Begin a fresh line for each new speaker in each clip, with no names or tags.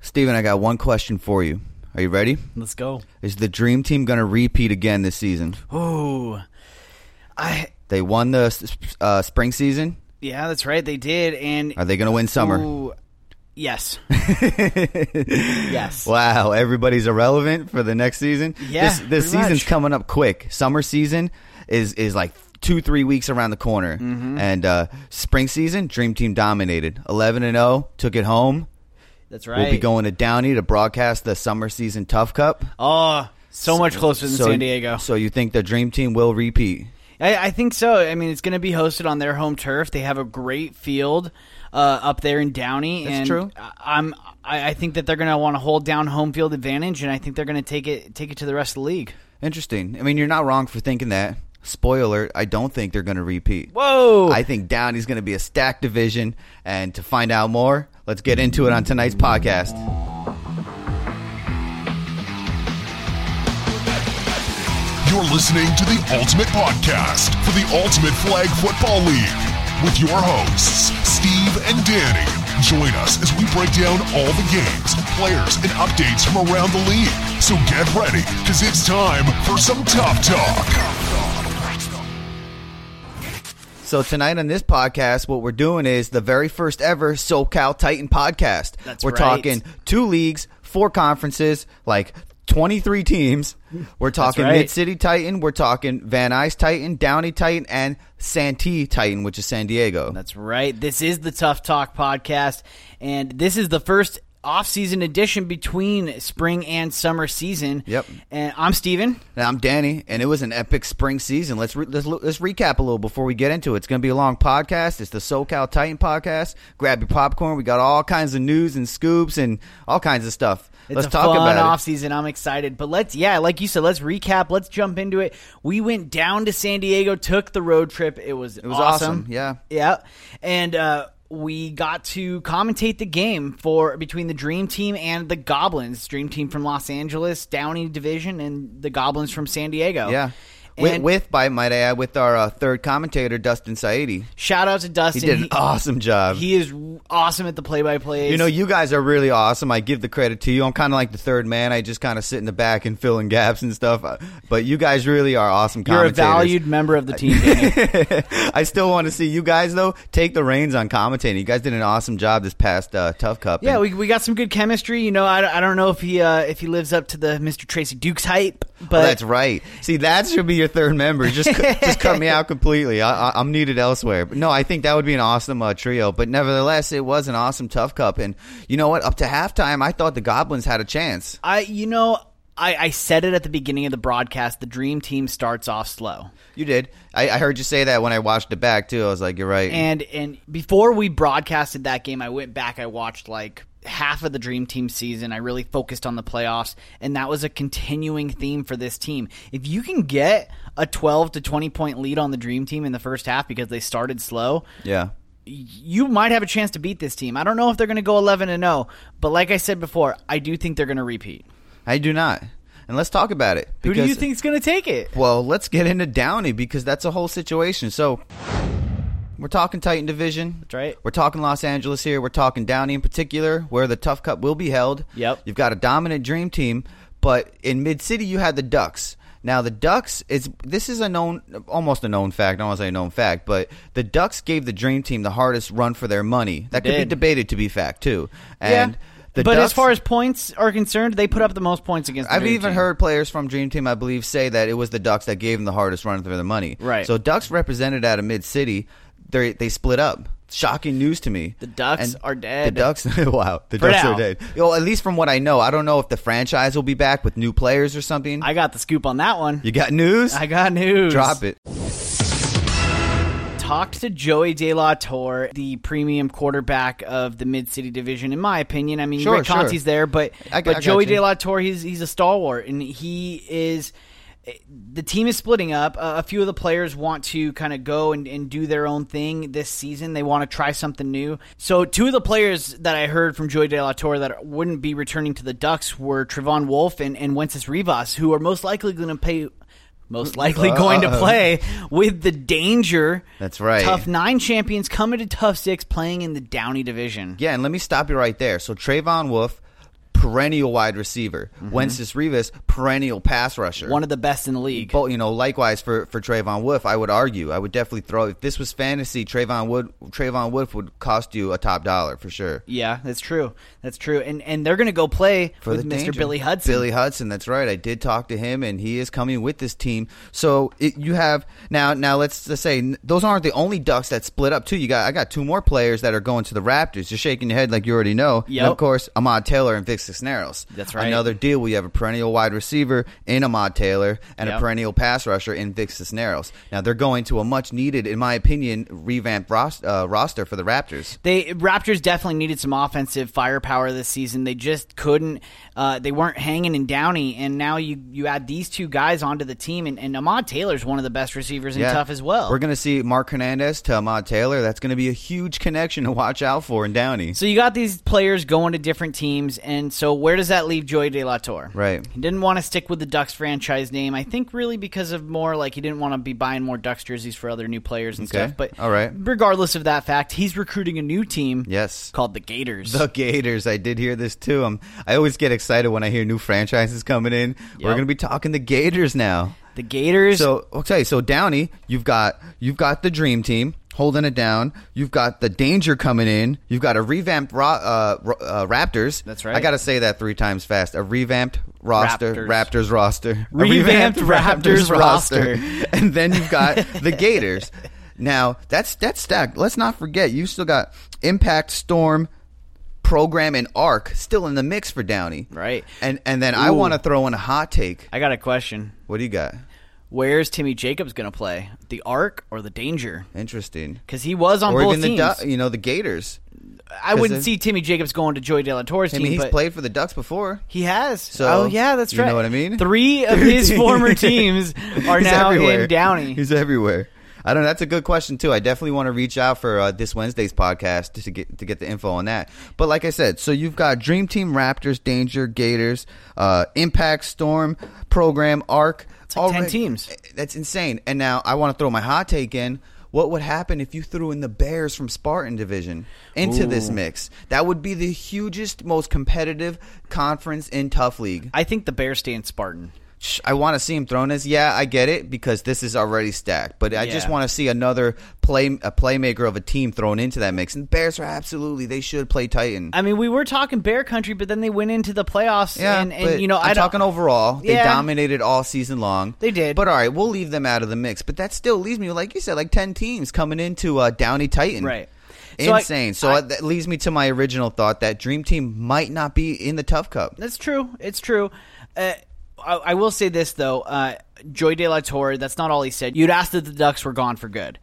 Steven, I got one question for you. Are you ready?
Let's go.
Is the dream team going to repeat again this season?
Oh, I
They won the s- uh, spring season.
yeah, that's right. They did, and
Are they going to win summer?
Ooh, yes, yes.
Wow, everybody's irrelevant for the next season.
Yeah,
this, this
pretty
season's
much.
coming up quick. Summer season is is like two three weeks around the corner,
Mm-hmm.
and uh, spring season, Dream Team dominated, eleven and zero, took it home.
That's right.
We'll be going to Downey to broadcast the summer season Tough Cup.
Oh, so much closer than
So-
San Diego.
So you think the Dream Team will repeat?
I, I think so. I mean, it's going to be hosted on their home turf. They have a great field uh, up there in Downey.
That's
and
true.
I- I'm. I, I think that they're going to want to hold down home field advantage, and I think they're going to take it take it to the rest of the league.
Interesting. I mean, you're not wrong for thinking that. Spoiler: I don't think they're going to repeat.
Whoa!
I think Downey's going to be a stacked division. And to find out more, let's get into it on tonight's podcast.
You're listening to the Ultimate Podcast for the Ultimate Flag Football League with your hosts, Steve and Danny. Join us as we break down all the games, players, and updates from around the league. So get ready, because it's time for some tough talk.
So tonight on this podcast, what we're doing is the very first ever SoCal Titan podcast.
That's
we're
right.
talking two leagues, four conferences, like 23 teams. We're talking
right.
Mid City Titan, we're talking Van Nuys Titan, Downey Titan, and Santee Titan, which is San Diego.
That's right. This is the Tough Talk podcast, and this is the first off-season edition between spring and summer season.
Yep.
And I'm Steven.
And I'm Danny, and it was an epic spring season. Let's re- let's, lo- let's recap a little before we get into it. It's going to be a long podcast. It's the SoCal Titan podcast. Grab your popcorn. We got all kinds of news and scoops and all kinds of stuff.
It's
let's
a
talk
fun
about it.
offseason. I'm excited. But let's, yeah, like you said, let's recap. Let's jump into it. We went down to San Diego, took the road trip. It was it
was awesome, yeah.
Yeah. And uh, we got to commentate the game for between the Dream Team and the Goblins. Dream Team from Los Angeles, Downey Division, and the Goblins from San Diego.
Yeah. With,
And with,
with by might I add, with our uh, third commentator Dustin Saidi,
shout out to
he
Dustin.
did an awesome job.
He is awesome at the play-by-play.
you know, you guys are really awesome. I give the credit to you. I'm kind of like the third man. I just kind of sit in the back and fill in gaps and stuff. Uh, But you guys really are awesome.
you're a
commentators.
valued member of the team. Danny.
I still want to see you guys though take the reins on commentating. You guys did an awesome job this past uh, Tough Cup.
Yeah,
And
we, we got some good chemistry. You know, I, I don't know if he uh, if he lives up to the Mr. Tracy Dukes hype, but
Oh, that's right. See, that should be your third member. Just, cu- just cut me out completely. I, I, I'm needed elsewhere. But no, I think that would be an awesome uh, trio. But nevertheless, it was an awesome tough cup. And you know what? Up to halftime, I thought the Goblins had a chance.
I you know I, I said it at the beginning of the broadcast. The Dream Team starts off slow,
You did. I, I heard you say that when I watched it back too. I was like, you're right.
and and before we broadcasted that game, I went back. I watched like half of the Dream Team season. I really focused on the playoffs, and that was a continuing theme for this team. If you can get a twelve to twenty point lead on the Dream Team in the first half because they started slow,
yeah.
you might have a chance to beat this team. I don't know if they're going to go 11 and 0, but like I said before, I do think they're going to repeat.
I do not. And let's talk about it.
Who do you
because-
think is going to take it?
Well, let's get into Downey because that's a whole situation. So we're talking Titan Division. That's
right.
We're talking Los Angeles here. We're talking Downey in particular, where the Tough Cup will be held.
Yep.
You've got a dominant dream team, but in mid city you had the Ducks. Now the Ducks is this is a known almost a known fact. I don't want to say a known fact, but the Ducks gave the Dream Team the hardest run for their money. That could be
did.
debated to be fact too. And the
but as
Ducks-
far as points are concerned, they put up the most points against. The
I've
Dream
even
Team.
heard players from Dream Team, I believe, say that it was the Ducks that gave them the hardest run for their money.
Right.
So Ducks represented out of Mid City, they they split up. Shocking news to me.
The Ducks are dead.
The Ducks, wow, the
For
Ducks
now.
are dead. Well, at least from what I know, I don't know if the franchise will be back with new players or something.
I got the scoop on that one.
you got news?
I got news.
Drop it.
Talked to Joey De La Torre, the premium quarterback of the Mid City Division. In my opinion, I mean
Sure,
Rick Conti's
sure.
there, but
I got-
but
I got
Joey
you.
De La Torre, he's he's a stalwart, and he is. The team is splitting up. Uh, a few of the players want to kind of go and, and do their own thing this season. They want to try something new. So, two of the players that I heard from Joey De La Torre that wouldn't be returning to the Ducks were Trevon Wolf and, and Wences Rivas, who are most likely going to pay, most likely going to
Uh-oh.
play with the Danger.
That's right.
Tough nine champions coming to Tough Six, playing in the Downey division.
Yeah, and let me stop you right there. So Trayvon Wolf perennial wide receiver.
Mm-hmm.
Wences Rivas, perennial pass rusher.
One of the best in the league.
But you know, likewise for for Trayvon Wolf, I would argue, I would definitely throw. If this was fantasy, Trayvon Wood, Trayvon Wolf would cost you a top dollar for sure.
Yeah, that's true. That's true. And and they're gonna go play
For
with
the
Mr.
danger.
Billy Hudson.
Billy Hudson, that's right. I did talk to him, and he is coming with this team. So it, you have now. Now let's, let's say n- those aren't the only Ducks that split up too. You got I got two more players that are going to the Raptors. You're shaking your head like you already know. And
Yep.
of course, Ahmad Taylor and Vic Cisneros.
That's right.
Another deal. We have a perennial wide receiver in Ahmad Taylor and
Yep.
a perennial pass rusher in Vic Cisneros. Now they're going to a much needed, in my opinion, revamped ros- uh, roster for the Raptors.
They Raptors definitely needed some offensive firepower this season. They just couldn't. Uh, they weren't hanging in Downey, and now you you add these two guys onto the team, and, and Ahmad Taylor's one of the best receivers in tough as well.
We're going to see Mark Hernandez to Ahmad Taylor. That's going to be a huge connection to watch out for in Downey.
so you got these players going to different teams, and so where does that leave Joey De La Torre?
Right.
He didn't want to stick with the Ducks franchise name, I think, really because of more like he didn't want to be buying more Ducks jerseys for other new players and
Okay.
stuff. But
All right.
regardless of that fact, he's recruiting a new team.
Yes.
called the Gators.
The Gators. I did hear this too. i I always get excited when I hear new franchises coming in. We're
Yep.
going to be talking the Gators now.
the Gators.
So okay, so Downey, you've got you've got the dream team holding it down. You've got the danger coming in. You've got a revamped ro- uh, ro- uh, Raptors.
That's right.
I got to say that three times fast. A revamped roster,
Raptors.
Raptors, roster, A
Revamped Raptors roster.
and then you've got the Gators. Now that's that's stacked. Let's not forget you still got Impact Storm. Program and arc still in the mix for Downey,
Right.
And and then I
Ooh.
want to throw in a hot take.
I got a question.
What do you got?
Where's Timmy Jacobs going to play? The Arc or the Danger?
Interesting.
Because he was on
or
both
even the
teams.
Duck, you know the Gators.
I wouldn't
Because
see Timmy Jacobs going to Joey De La Torre's
I
team.
mean, he's
but
played for the Ducks before.
He has.
So,
oh yeah, that's
you
right.
know what I mean?
Three of his former teams are
He's
now
everywhere.
in Downey.
He's everywhere. I don't know. That's a good question too. I definitely want to reach out for uh, this Wednesday's podcast to get to get the info on that. But like I said, so you've got Dream Team, Raptors, Danger, Gators, uh, Impact, Storm, Program, Arc. It's
like 10 teams.
That's insane. And now I want to throw my hot take in. What would happen if you threw in the Bears from Spartan Division into this mix? That would be the hugest, most competitive conference in Tough League.
I think the Bears stay in Spartan.
Sh- I want to see him thrown as yeah, I get it because this is already stacked, but I just
Yeah.
want to see another play a playmaker of a team thrown into that mix. And Bears are absolutely they should play Titan.
I mean, we were talking Bear Country, but then they went into the playoffs.
yeah,
and, and
but
you know,
I'm
I don't-
talking overall. They
Yeah.
dominated all season long.
They did.
but all right, we'll leave them out of the mix. But that still leaves me, like you said, like ten teams coming into uh, Downey Titan.
Right. So I-
Insane. so
I-
that leads me to my original thought that Dream Team might not be in the Tough Cup.
That's true. It's true. Uh, I, I will say this though, uh, Joy De La Torre. That's not all he said. You'd asked that the Ducks were gone for good,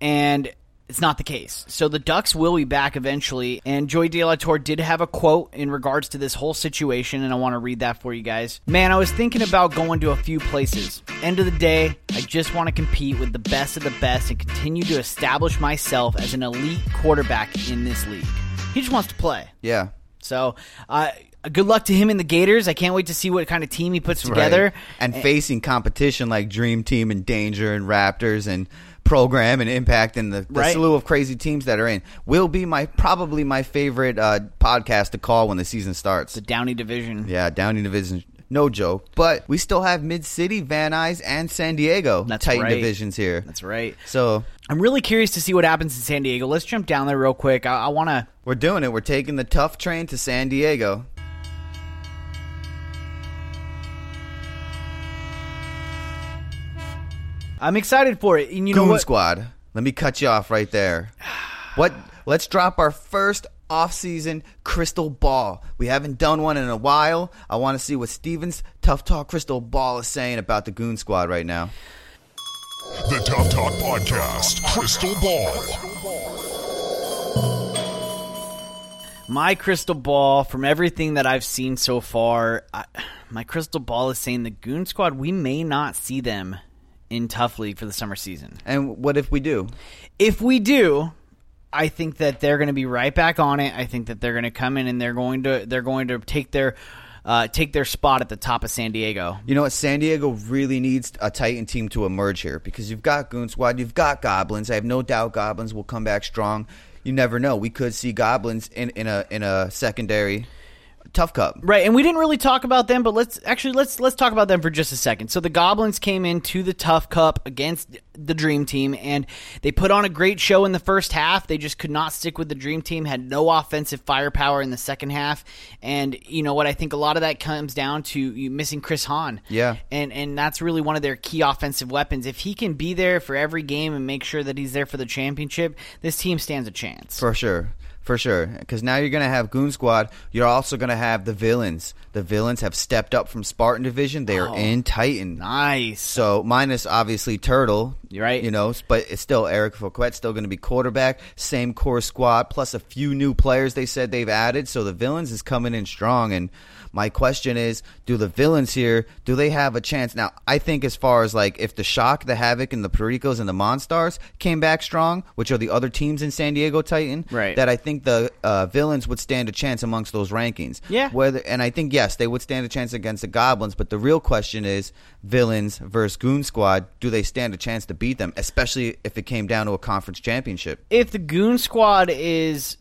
and it's not the case. So the Ducks will be back eventually. And Joy De La Torre did have a quote in regards to this whole situation, and I want to read that for you guys. Man, I was thinking about going to a few places. End of the day, I just want to compete with the best of the best and continue to establish myself as an elite quarterback in this league. He just wants to play.
Yeah.
So, uh, good luck to him in the Gators. I can't wait to see what kind of team he puts together.
Right. and facing competition like Dream Team and Danger and Raptors and Program and Impact and the, the
Right.
slew of crazy teams that are in will be my probably my favorite uh, podcast to call when the season starts.
The Downey Division.
yeah, Downey Division, no joke. But we still have Mid City, Van Nuys, and San Diego
That's
Titan
right.
divisions here.
That's right.
So
I'm really curious to see what happens in San Diego. Let's jump down there real quick. I, I want to.
we're doing it. We're taking the tough train to San Diego.
I'm excited for it. And you know
Goon
what?
Squad. Let me cut you off right there. What? Let's drop our first off-season crystal ball. We haven't done one in a while. I want to see what Steven's Tough Talk Crystal Ball is saying about the Goon Squad right now.
The Tough Talk Podcast, Crystal Ball.
My crystal ball, from everything that I've seen so far, I, my crystal ball is saying the Goon Squad, we may not see them in Tough League for the summer season.
And what if we do?
If we do, I think that they're going to be right back on it. I think that they're going to come in and they're going to they're going to take their uh, take their spot at the top of San Diego.
You know what? San Diego really needs a Titan team to emerge here because you've got Goon Squad, you've got Goblins. I have no doubt Goblins will come back strong. You never know. We could see Goblins in, in a in a secondary Tough Cup.
Right, and we didn't really talk about them, but let's actually let's let's talk about them for just a second. So the Goblins came into the Tough Cup against the Dream Team, and they put on a great show in the first half. They just could not stick with the Dream Team, had no offensive firepower in the second half, and you know what? I think a lot of that comes down to you missing Chris Hahn.
Yeah.
and and that's really one of their key offensive weapons. If he can be there for every game and make sure that he's there for the championship, this team stands a chance.
For sure. For sure. Because now you're going to have Goon Squad. You're also going to have the villains. The villains have stepped up from Spartan Division. They are in Titan.
nice.
So minus obviously Turtle,
You're right.
You know, but it's still Eric Fouquet's still going to be quarterback. Same core squad plus a few new players they said they've added. So the villains is coming in strong. And my question is, do the villains here do they have a chance? Now I think as far as like if the Shock, the Havoc, and the Pericos and the Monstars came back strong, which are the other teams in San Diego Titan,
Right.
That I think the uh, villains would stand a chance amongst those rankings.
Yeah.
Whether and I think yes, they would stand a chance against the goblins, but the real question is villains versus goon squad, do they stand a chance to beat them, especially if it came down to a conference championship?
if the goon squad is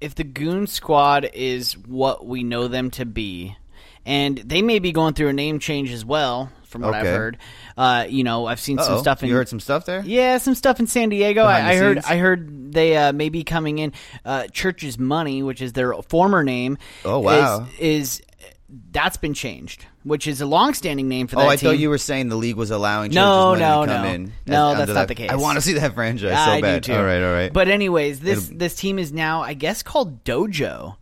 if the goon squad is what we know them to be and they may be going through a name change as well from what i've
Okay.
heard uh, you know i've seen some
Uh-oh,
stuff in
you heard some stuff there?
yeah some stuff in san diego
Behind the
I, I heard
scenes?
i heard they uh, may be coming in uh, church's money which is their former name
Oh, wow.
is, is that's been changed which is a long-standing name for that
Oh, I
team.
thought you were saying the league was allowing churches
No,
money
no,
to come
no.
in. as-
No,
under
that's not the case.
I want to see that franchise
Yeah,
so
I
bad.
do too.
All right, all right.
But anyways, this
It'll-
this team is now, I guess, called Dojo.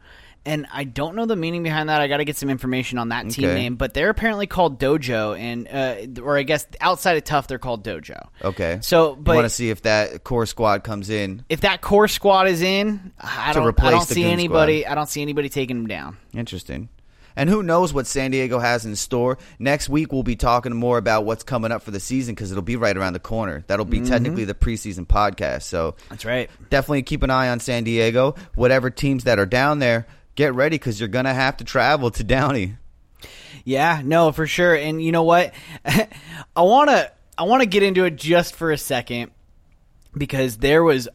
And I don't know the meaning behind that. I got to get some information on that team
Okay.
name, but they're apparently called Dojo, and uh, or I guess outside of Tough, they're called Dojo.
okay.
So,
I want to
but
see if that core squad comes in.
if that core squad is in, I
To
don't, I
replace
don't
the
see
goon
anybody. I don't see anybody taking them down.
Interesting. And who knows what San Diego has in store? Next week we'll be talking more about what's coming up for the season because it'll be right around the corner. That'll be
Mm-hmm.
technically the preseason podcast. So
That's right.
definitely keep an eye on San Diego. Whatever teams that are down there, get ready because you're gonna have to travel to Downey.
Yeah, no, for sure. And you know what? I want to I want to get into it just for a second because there was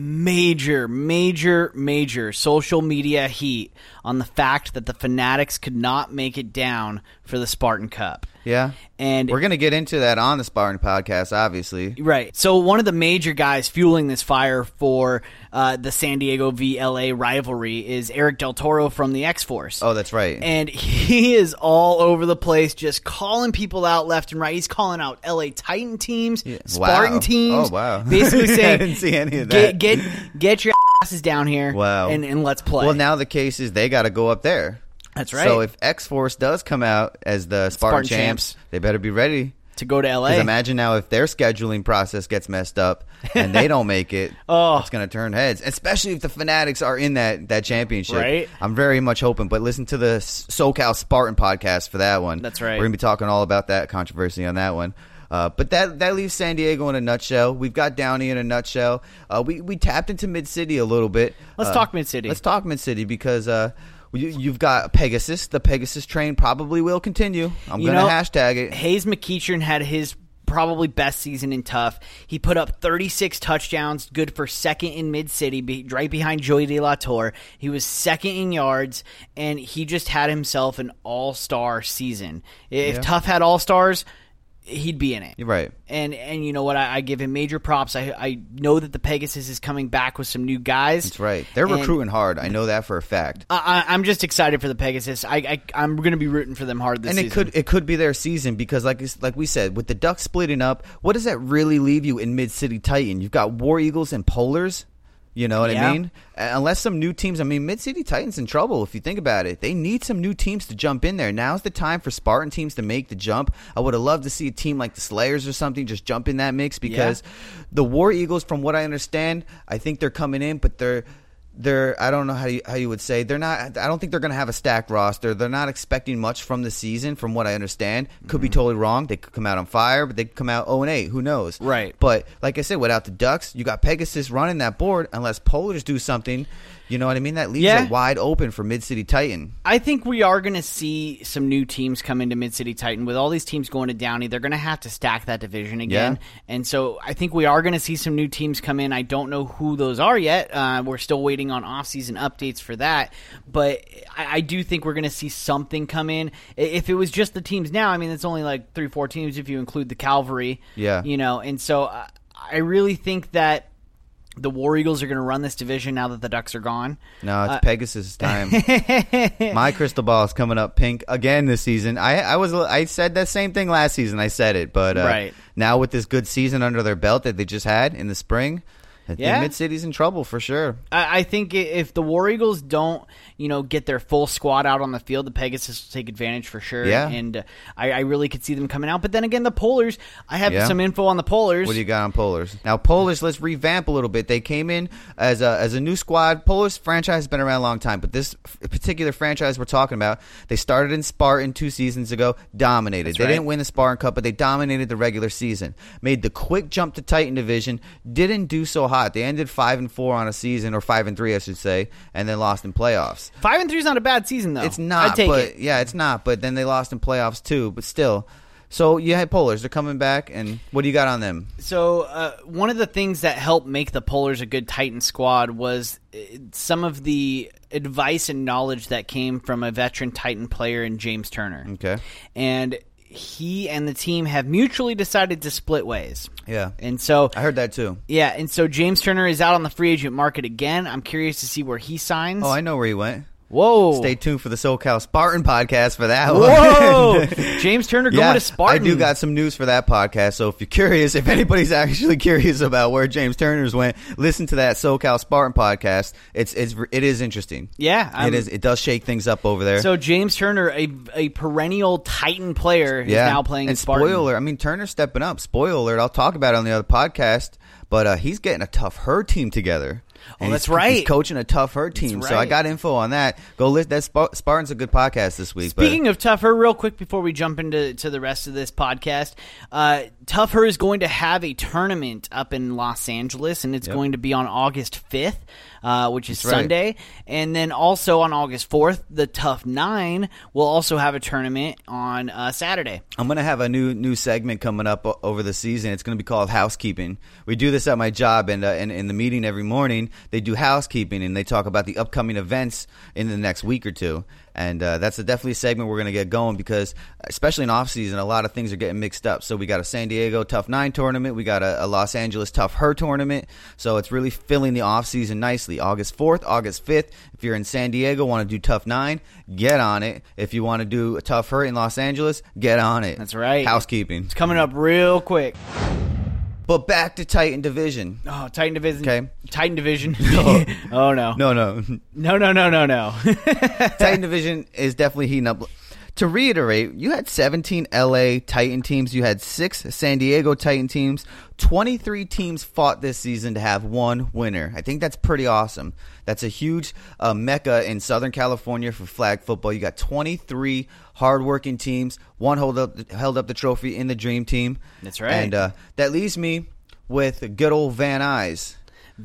major major major social media heat on the fact that the Fanatics could not make it down for the Spartan Cup.
Yeah,
And
we're gonna get into that on the Spartan podcast, obviously.
Right. So one of the major guys fueling this fire for uh, the San Diego v LA rivalry is Eric Del Toro from the X Force.
Oh, that's right.
And he is all over the place, just calling people out left and right. He's calling out LA Titan teams, Spartan
Wow.
teams.
Oh, wow.
Basically
I
saying,
didn't see any of that.
Get, get, get your asses down here.
Wow.
And, and let's play.
Well, now the case is they got to go up there.
That's
So
right.
if X Force does come out as the Spartan,
Spartan
champs,
champs.
they better be ready.
to go to LA.
Because imagine now if their scheduling process gets messed up and they don't make it,
Oh.
it's going to turn heads. Especially if the Fanatics are in that that championship.
Right.
I'm very much hoping. But listen to the S- SoCal Spartan podcast for that one.
That's right.
We're going to be talking all about that controversy on that one. Uh, but that that leaves San Diego in a nutshell. We've got Downey in a nutshell. Uh, we we tapped into Mid City a little bit.
Let's
Uh,
talk Mid City.
Let's talk Mid City because. Uh, you, you've got Pegasus. The Pegasus train probably will continue. I'm
You
gonna
know,
hashtag it.
Hayes McEachern had his probably best season in tough. He put up 36 touchdowns, good for second in mid city, be, right behind Joey De La Torre. He was second in yards, and he just had himself an all star season. If tough had all stars, he'd be in it.
You're right.
And and you know what? I, I give him major props. I I know that the Pegasus is coming back with some new guys.
That's right. They're
And- Uh,
recruiting hard. I know that for a fact.
I, I, I'm just excited for the Pegasus. I, I I'm going to be rooting for them hard this
And
season.
it could it could be their season because like it's- like we said with the Ducks splitting up, what does that really leave you in Mid City Titan? You've got War Eagles and Polars. You know what
Yeah.
I mean? Uh, Unless some new teams, I mean, Mid City Titans in trouble if you think about it. They need some new teams to jump in there. Now's the time for Spartan teams to make the jump. I would have loved to see a team like the Slayers or something just jump in that mix because the War Eagles, from what I understand, I think they're coming in, but they're they're I don't know how you how you would say they're not I don't think they're going to have a stacked roster. They're not expecting much from the season, from what I understand. Could be totally wrong. They could come out on fire, but they could come out 0 and 8. Who knows?
Right.
But like I said, without the Ducks, you got Pegasus running that board. Unless Polars do something, You know what I mean? That leaves
Yeah.
it wide open for Mid City Titan.
I think we are going to see some new teams come into Mid City Titan with all these teams going to Downey. They're going to have to stack that division again,
Yeah.
and so I think we are going to see some new teams come in. I don't know who those are yet. Uh, we're still waiting on off-season updates for that, but I, I do think we're going to see something come in. I- If it was just the teams now, I mean, it's only like three, four teams if you include the Calvary.
Yeah.
you know, and so I, I really think that. The War Eagles are going to run this division now that the Ducks are gone.
No,
Uh,
it's Pegasus time. My crystal ball is coming up pink again this season. I, I was I said that same thing last season. I said it, but uh,
Right.
now with this good season under their belt that they just had in the spring, I
Yeah.
think Mid City's in trouble for sure.
I, I think i- if the War Eagles don't, you know, get their full squad out on the field, the Pegasus will take advantage for sure.
Yeah.
and uh, I, I really could see them coming out. But then again, the Polars, I have
Yeah.
some info on the Polars.
What do you got on Polars? Now, Polars, let's revamp a little bit. They came in as a, as a new squad. Polars franchise has been around a long time, but this f- particular franchise we're talking about, they started in Spartan two seasons ago, dominated. they
right.
didn't win the Spartan Cup, but they dominated the regular season. Made the quick jump to Titan Division, didn't do so hot. They ended 5 and 4 on a season, or 5 and 3, I should say, and then lost in playoffs.
Five and three is not a bad season though.
It's not,
Oh, I take
but
it.
yeah, it's not. But then they lost in playoffs too, but still. So you had Polars, they're coming back, and what do you got on them?
So uh, one of the things that helped make the Polars a good Titan squad was uh, some of the advice and knowledge that came from a veteran Titan player in James Turner.
Okay.
and he and the team have mutually decided to split ways.
Yeah.
and so
I heard that too.
Yeah, and so James Turner is out on the free agent market again. I'm curious to see where he signs.
Oh, I know where he went.
Whoa.
Stay tuned for the SoCal Spartan podcast for that one.
Whoa! James Turner going
yeah,
to Spartan.
I do got some news for that podcast. So if you're curious, if anybody's actually curious about where James Turner's went, listen to that SoCal Spartan podcast. It's it's it is interesting.
Yeah, I'm-
it is. It does shake things up over there.
So James Turner, a, a perennial Titan player, is
yeah,
now playing
and
Spartan.
spoiler. I mean, Turner's stepping up. Spoiler alert. I'll talk about it on the other podcast. But uh, he's getting a tough herd team together.
Oh,
And
that's
he's- He's
right.
coaching a tough herd team. So I
right.
got info on that. Go list that Spar- Spartan's a good podcast this week. but-
Speaking of Tougher, real quick before we jump into to the rest of this podcast, uh, Tougher is going to have a tournament up in Los Angeles, and it's going to be on August 5th, uh, which is
That's right.
Sunday. And then also on August 4th, the Tough Nine will also have a tournament on uh, Saturday.
I'm gonna have a new new segment coming up o- over the season. It's gonna be called housekeeping. We do this at my job, and uh, in, in the meeting every morning, they do housekeeping and they talk about the upcoming events in the next week or two. And uh, that's a definitely a segment we're gonna get going because, especially in off season, a lot of things are getting mixed up. So we got a San Diego Tough Nine tournament, we got a, a Los Angeles Tough Her tournament. So it's really filling the off season nicely. August 4th, August 5th. If you're in San Diego, want to do Tough Nine, get on it. If you want to do a Tough Her in Los Angeles, get on it.
That's right.
Housekeeping.
It's coming up real quick.
But back to Titan Division.
Oh, Titan Division.
Okay.
Titan Division. No. oh, no.
No, no.
No, no, no, no, no.
Titan Division is definitely heating up. To reiterate, you had 17 LA Titan teams, you had six San Diego Titan teams. 23 teams fought this season to have one winner. I think that's pretty awesome. That's a huge uh, mecca in Southern California for flag football. You got 23 hardworking teams. One hold up, held up the trophy in the Dream Team.
That's right.
And uh, that leaves me with good old Van Nuys. All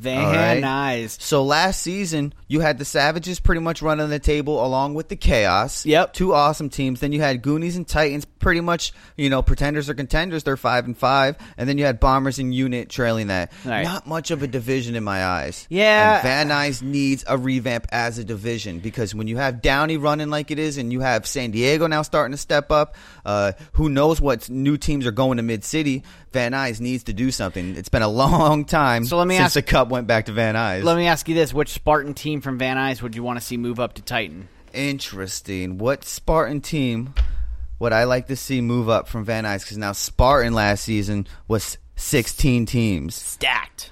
right.
Van Nuys.
So last season, you had the Savages pretty much running the table along with the Chaos.
Yep.
Two awesome teams. Then you had Goonies and Titans, pretty much, you know, pretenders or contenders. They're five and five. And then you had Bombers and Unit trailing that.
Right.
Not much of a division in my eyes.
Yeah.
And Van Nuys needs a revamp as a division because when you have Downey running like it is and you have San Diego now starting to step up, uh, who knows what new teams are going to mid city? Van Nuys needs to do something. It's been a long time
So let me
since
ask-
the cup went back to Van Nuys.
Let me ask you this: Which Spartan team from Van Nuys would you want to see move up to Titan?
Interesting. What Spartan team would I like to see move up from Van Nuys? Because now Spartan last season was 16 teams.
Stacked.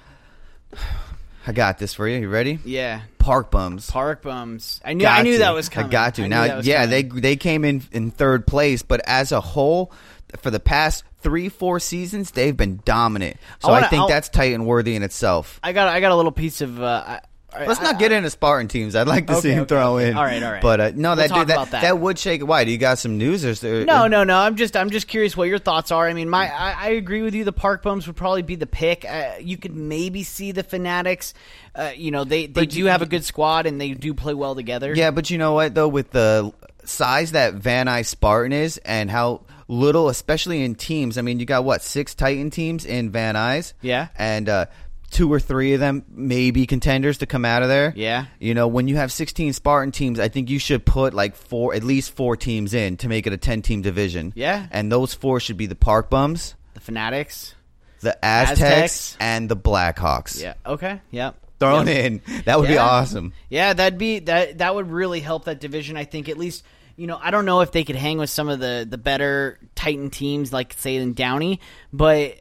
I got this for you. You ready?
Yeah.
Park bums.
Park bums. I knew.
Got
I knew
to.
that was coming.
I got to.
knew that
now,
was
yeah,
coming.
they they came in in third place, but as a whole, for the past three four seasons, they've been dominant. So
I
I,
wanna-
think
I'll-
that's Titan worthy in itself.
I got. I got a little piece of. Uh, I- All right,
Let's not
I-
get into Spartan teams. I'd like to see
Okay,
him
okay,
throw
okay.
in.
All right, all right.
But uh, no,
We'll
that,
talk
dude, that,
about that.
that would shake. Why do you got some news? Or, is there-
No, no, no. I'm just, I'm just curious what your thoughts are. I mean, my, I, I agree with you. The park bums would probably be the pick. Uh, you could maybe see the fanatics. Uh, you know, they, they do have a good squad and they do play well together.
Yeah, but you know what though, with the size that Van Nuys Spartan is, and how little, especially in teams. I mean, you got what six Titan teams in Van Nuys.
Yeah.
and uh, two or three of them maybe contenders to come out of there.
Yeah.
you know, when you have sixteen Spartan teams, I think you should put like four, at least four teams in to make it a ten-team division.
Yeah.
and those four should be the Park Bums,
the fanatics.
the Aztecs,
Aztecs.
and the Blackhawks.
Yeah. Okay. Yep.
thrown in. That would be
Yeah.
awesome.
Yeah, that'd be that. That would really help that division. I think at least you know I don't know if they could hang with some of the the better Titan teams like say in Downey, but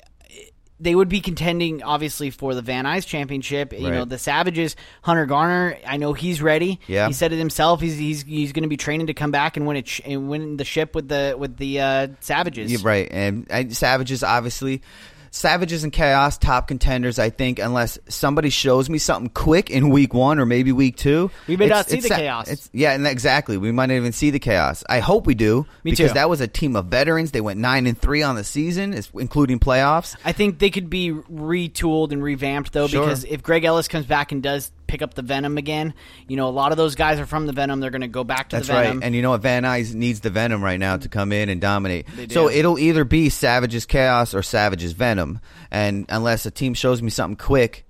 they would be contending obviously for the Van Nuys championship. You
Right.
know the Savages, Hunter Garner. I know he's ready.
Yeah.
he said it himself. He's he's, he's going to be training to come back and win it sh- and win the ship with the with the uh, Savages.
Yeah, right. And, and Savages, obviously. Savages and Chaos, top contenders, I think, unless somebody shows me something quick in week one or maybe week two.
We may
It's-
not see
it's
the
Sa-
Chaos.
It's, yeah, and exactly. We might not even see the Chaos. I hope we do.
Me
because
too.
that was a team of veterans. They went 9 and 3 on the season, is- including playoffs.
I think they could be retooled and revamped though,
Sure.
because if Greg Ellis comes back and does pick up the Venom again, you know, a lot of those guys are from the Venom. They're going to go back to
That's
the Venom.
right. And you know what? Van Nuys needs the Venom right now to come in and dominate.
do.
So it'll either be Savage's Chaos or Savage's Venom. And unless a team shows me something quick,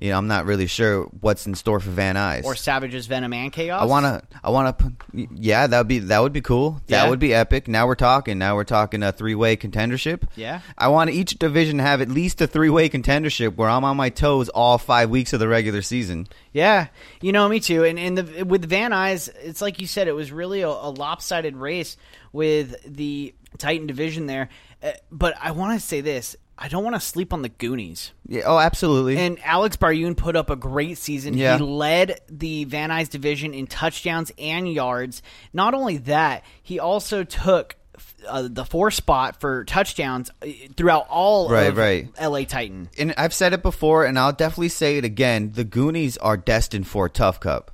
you know, I'm not really sure what's in store for Van Nuys.
or Savage's Venom and Chaos.
I want to. I want to. Yeah, that would be that would be cool. That
Yeah.
would be epic. Now we're talking. Now we're talking a three way contendership.
Yeah.
I want each division to have at least a three way contendership where I'm on my toes all five weeks of the regular season.
Yeah, you know me too. And and the, with Van Nuys, it's like you said, it was really a, a lopsided race with the Titan division there. Uh, but I want to say this: I don't want to sleep on the Goonies.
Yeah. Oh, absolutely.
And Alex Baryun put up a great season.
Yeah.
He led the Van Nuys division in touchdowns and yards. Not only that, he also took uh, the four spot for touchdowns uh, throughout all
Right,
of
right.
LA Titan.
and I've said it before, and I'll definitely say it again. The Goonies are destined for a tough cup.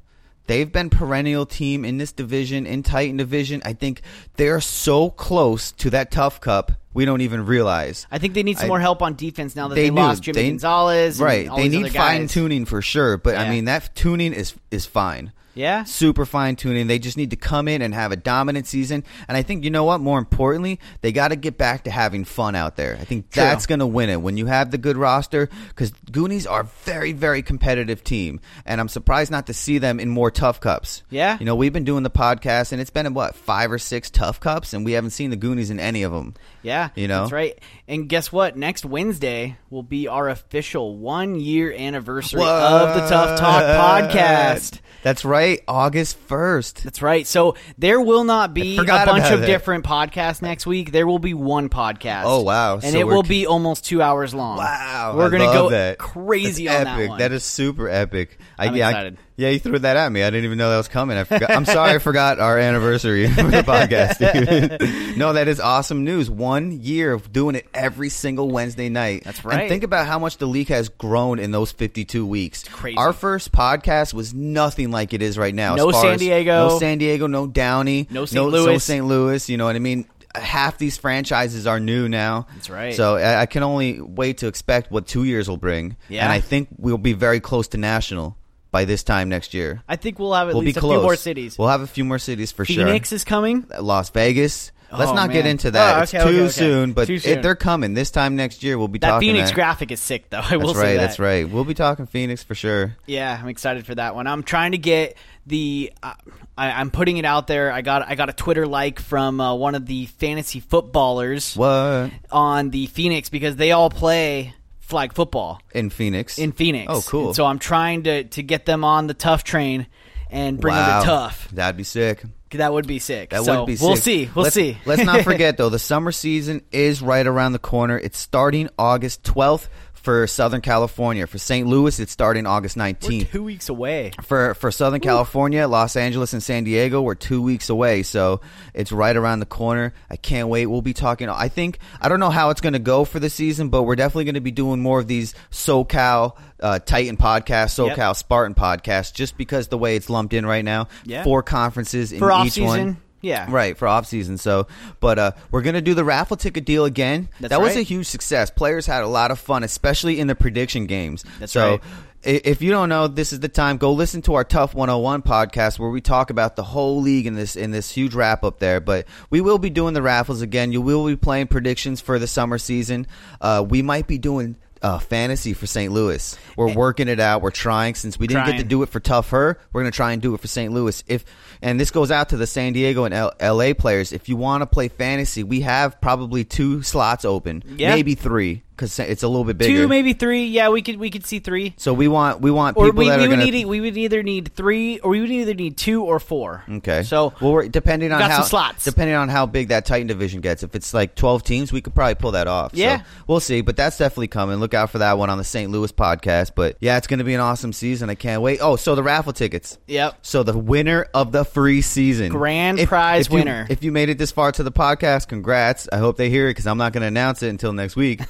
They've been perennial team in this division, in Titan division. I think they're so close to that tough cup. We don't even realize.
I think they need some
I-
more help on defense now that they,
do.
lost Jimmy
They-
Gonzalez. and
Right.
all
They
these
need
other guys.
fine tuning for sure, but I
Yeah.
mean that tuning is is fine.
Yeah.
Super fine tuning. They just need to come in and have a dominant season. And I think you know what? More importantly, they got to get back to having fun out there. I think
True.
that's going to win it when you have the good roster. Because Goonies are a very, very competitive team, and I'm surprised not to see them in more tough cups.
Yeah.
You know, we've been doing the podcast, and it's been what five or six tough cups, and we haven't seen the Goonies in any of them.
Yeah,
You know?
that's right. And guess what? Next Wednesday will be our official one year anniversary of the Tough Talk podcast.
That's right, August first.
That's right. So there will not
I
be a
forgot
bunch
about
of
that.
different podcasts next week. There will be one podcast.
Oh, wow.
And
So
it
we're-
will be almost two hours long.
Wow,
we're
I
gonna
love
go
that.
crazy
That's
on
epic.
that one.
That is super epic. I,
I'm
yeah, I-
excited.
yeah, you threw that at me. I didn't even know that was coming. I forgot. I'm sorry, I forgot our anniversary for the podcast. no, that is awesome news. One year of doing it every single Wednesday night. That's
right.
And think about how much the league has grown in those 52 weeks.
crazy.
Our first podcast was nothing like it is right now.
No
as far
San
as-
Diego.
no San Diego, no Downey,
No St.
no
Louis.
St. Louis. You know what I mean? Half these franchises are new now.
That's right.
So I, I can only wait to expect what two years will bring.
Yeah.
And I think we'll be very close to national by this time next year.
I think we'll have at
we'll
least
be
a
close.
few more cities.
We'll have a few more cities for
Phoenix
sure.
is coming.
Las Vegas. Let's
Oh,
not get
man.
into that.
Oh,
it's too
okay, okay, okay.
soon, but
Too
it-
soon.
they're coming. This time next year, we'll be
That
talking.
Phoenix
that.
graphic is sick, though. I will
That's
say
right.
that.
That's right. We'll be talking Phoenix for sure.
Yeah, I'm excited for that one. I'm trying to get the. Uh, I, I'm putting it out there. I got I got a Twitter like from uh, one of the fantasy footballers
What
on the Phoenix because they all play flag football
in Phoenix?
in Phoenix.
Oh, cool.
And so I'm trying to to get them on the tough train and bring them
wow.
to tough.
That'd be sick.
That would be sick.
That
so
would be sick.
We'll see. We'll
let's,
see.
let's not forget though, the summer season is right around the corner. It's starting August twelfth. for Southern California. For St. Louis, it's starting August 19th.
We're two weeks away.
for for Southern California, Los Angeles, and San Diego, we're two weeks away, so it's right around the corner. I can't wait. We'll be talking. I think I don't know how it's going to go for the season, but we're definitely going to be doing more of these SoCal uh, Titan podcasts, SoCal
Yep.
Spartan podcasts, just because the way it's lumped in right now.
Yeah.
Four conferences in
For
each
off-season,
one.
yeah.
right for off season. So, but uh, we're gonna do the raffle ticket deal again.
That's
that was
right.
a huge success. Players had a lot of fun, especially in the prediction games.
That's
so,
right.
i- If you don't know, this is the time. Go listen to our Tough 101 podcast where we talk about the whole league in this in this huge wrap up there. But we will be doing the raffles again. You will be playing predictions for the summer season. Uh, we might be doing uh, fantasy for St. Louis. We're working it out. We're trying since we didn't get to
Eh. Trying.
do it for Tough Her. We're gonna try and do it for St. Louis. If and this goes out to the San Diego and L- L.A. players. If you want to play fantasy, we have probably two slots open,
Yeah.
maybe three because it's a little bit bigger.
Two, maybe three. Yeah, we could we could see three.
So we want we want people
Or we,
that
we
are
would
going
need we would either need three or we would either need two or four.
Okay.
So
well, we're, depending on
got
how
some slots.
depending on how big that Titan division gets. If it's like twelve teams, we could probably pull that off. So
Yeah.
we'll see. But that's definitely coming. Look out for that one on the St. Louis podcast. But yeah, it's going to be an awesome season. I can't wait. Oh, so the raffle tickets.
Yep.
So the winner of the free season,
Grand prize
you-
winner.
if you made it this far to the podcast, congrats. I hope they hear it because I'm not going to announce it until next week.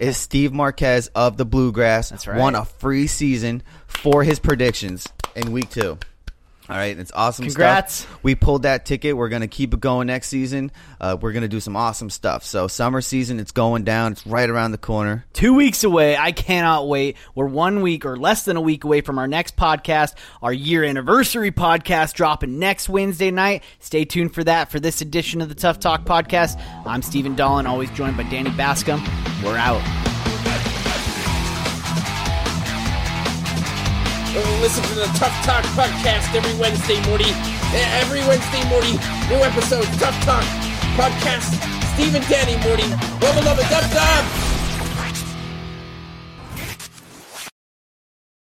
is Steve Marquez of the Bluegrass? That's
right.
Won a free season for his predictions in week two. All right, it's awesome. stuff.
Congrats.
We pulled that ticket. We're gonna keep it going next season. Uh, we're gonna do some awesome stuff. So summer season, it's going down. It's right around the corner.
Two weeks away. I cannot wait. We're one week or less than a week away from our next podcast, our year anniversary podcast dropping next Wednesday night. Stay tuned for that for this edition of the Tough Talk podcast. I'm Stephen Dolan, always joined by Danny Bascom. We're out.
Listen to the Tough Talk podcast every Wednesday, Morty. Eh, Every Wednesday, Morty. New episode, Tough Talk podcast. Steve and Danny, Morty. Love, love, love, love, love.